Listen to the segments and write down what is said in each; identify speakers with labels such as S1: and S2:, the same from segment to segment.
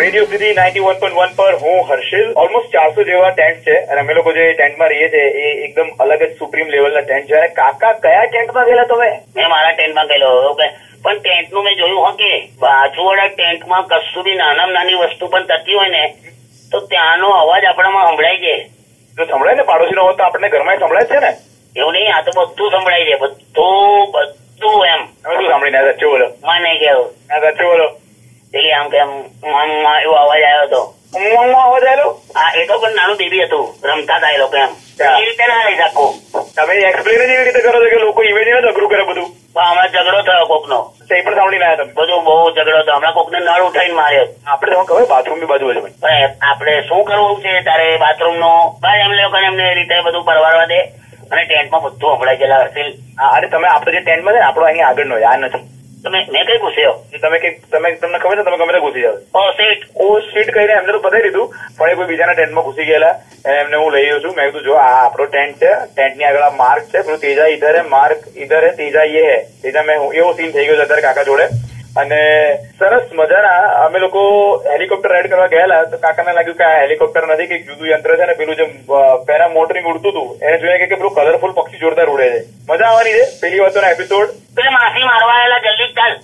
S1: Radio સુધી ninety one point one પર હું હર્ષિલ ઓલમોસ્ટ ચારસો જેવા ટેન્ટ છે અને અમે લોકો જે ટેન્ટમાં રહીએ છીએ એ એકદમ અલગ જ સુપ્રીમ લેવલના ટેન્ટ છે અને કાકા કયા ટેન્ટમાં ગયેલા તમે
S2: મેં મારા ટેન્ટમાં ગયેલો ઓકે પણ ટેન્ટનું મેં જોયું હો કે બાજુવાળા ટેન્ટમાં કશું બી નાનામાં નાની વસ્તુ પણ થતી હોય ને તો ત્યાંનો અવાજ આપણામાં સંભળાય છે
S1: જો સંભળાય ને પાડોશીનો અવાજ તો આપણને ઘરમાં સંભળાય જ છે ને
S2: એવું નહીં આ તો બધું સંભળાય છે બધું બધું એમ
S1: તમે શું સાંભળીને આવ્યા? સાચું બોલો
S2: મને કેવું
S1: હા, સાચું બોલો
S2: પેલી આમ કે આમ મ- મ- એવો અવાજ આવ્યો હતો
S1: ઊંઘમાં અવાજ આવેલો
S2: આ એ તો પણ નાનું બેબી હતું રમતા હતા એ લોકો એમ
S1: હા.
S2: એ રીતે ના રહી શકો
S1: તમે એક્સપ્લેન જ એવી રીતે કરો છો કે લોકો ઇવેન્ટને જ અઘરું કરે બધું
S2: પણ હમણાં ઝઘડો થયો કોકનો
S1: તો એ પણ સાંભળીને આવ્યા તમે
S2: બધો બહુ ઝઘડો થયો હમણાં કોકને નળ ઉઠાઈને માર્યો
S1: આપણે તમે કહો બાથરૂમ બી બાજુ બાજુ
S2: પણ આપણે શું કરવું છે તારે બાથરૂમ નો ભાઈ એમ લોકોને એમને એ રીતે બધું પરવારવા દે અને ટેન્ટમાં બધું હંભળાઈ ગયેલા હર્ષિલ
S1: હા અને તમે આપણે જે ટેન્ટમાં છે ને આપણો અહીં આગળનો છે, આ નથી
S2: તમે મેં કઈ પૂછ્યો
S1: જો તમે કંઈક તમે તમને ખબર છે તમે ગમે ત્યાં ઘૂસી જાવ
S2: ઓ સેટ
S1: ઓ શીટ કહીને એમને તો બતાવી દીધું પણ એ કોઈ બીજાના ટેન્ટમાં ઘૂસી ગયેલા અને એમને હું લઈ આવ્યો છું મેં કીધું જો આ આપણો ટેન્ટ છે ટેન્ટની આગળ આ માર્ક છે પેલું તેજા ઇધર હે માર્ક ઇધર હે તેજા યે હે તેજા મેં હું- એવો સીન થઈ ગયો છે અત્યારે કાકા જોડે અને સરસ મજાના અમે લોકો હેલિકોપ્ટર રાઈડ કરવા ગયેલા તો કાકાને લાગ્યું કે આ હેલિકોપ્ટર નથી કંઈક જુદું યંત્ર છે ને પેલું જે પેરા મોટરિંગ ઉડતું હતું એને જોઈને કે- કે પેલું કલરફુલ પક્ષી જોરદાર ઉડે છે મજા આવવાની છે પેલી વાતોનો એપિસોડ
S2: પેલા માસી મારવા આવેલા જલ્દી ચાલ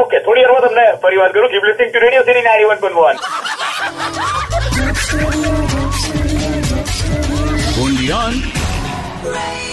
S1: ઓકે થોડી વારમાં તમને ફરી વાત કરું gift to radio city ninety one point one
S3: Undian.
S4: Radio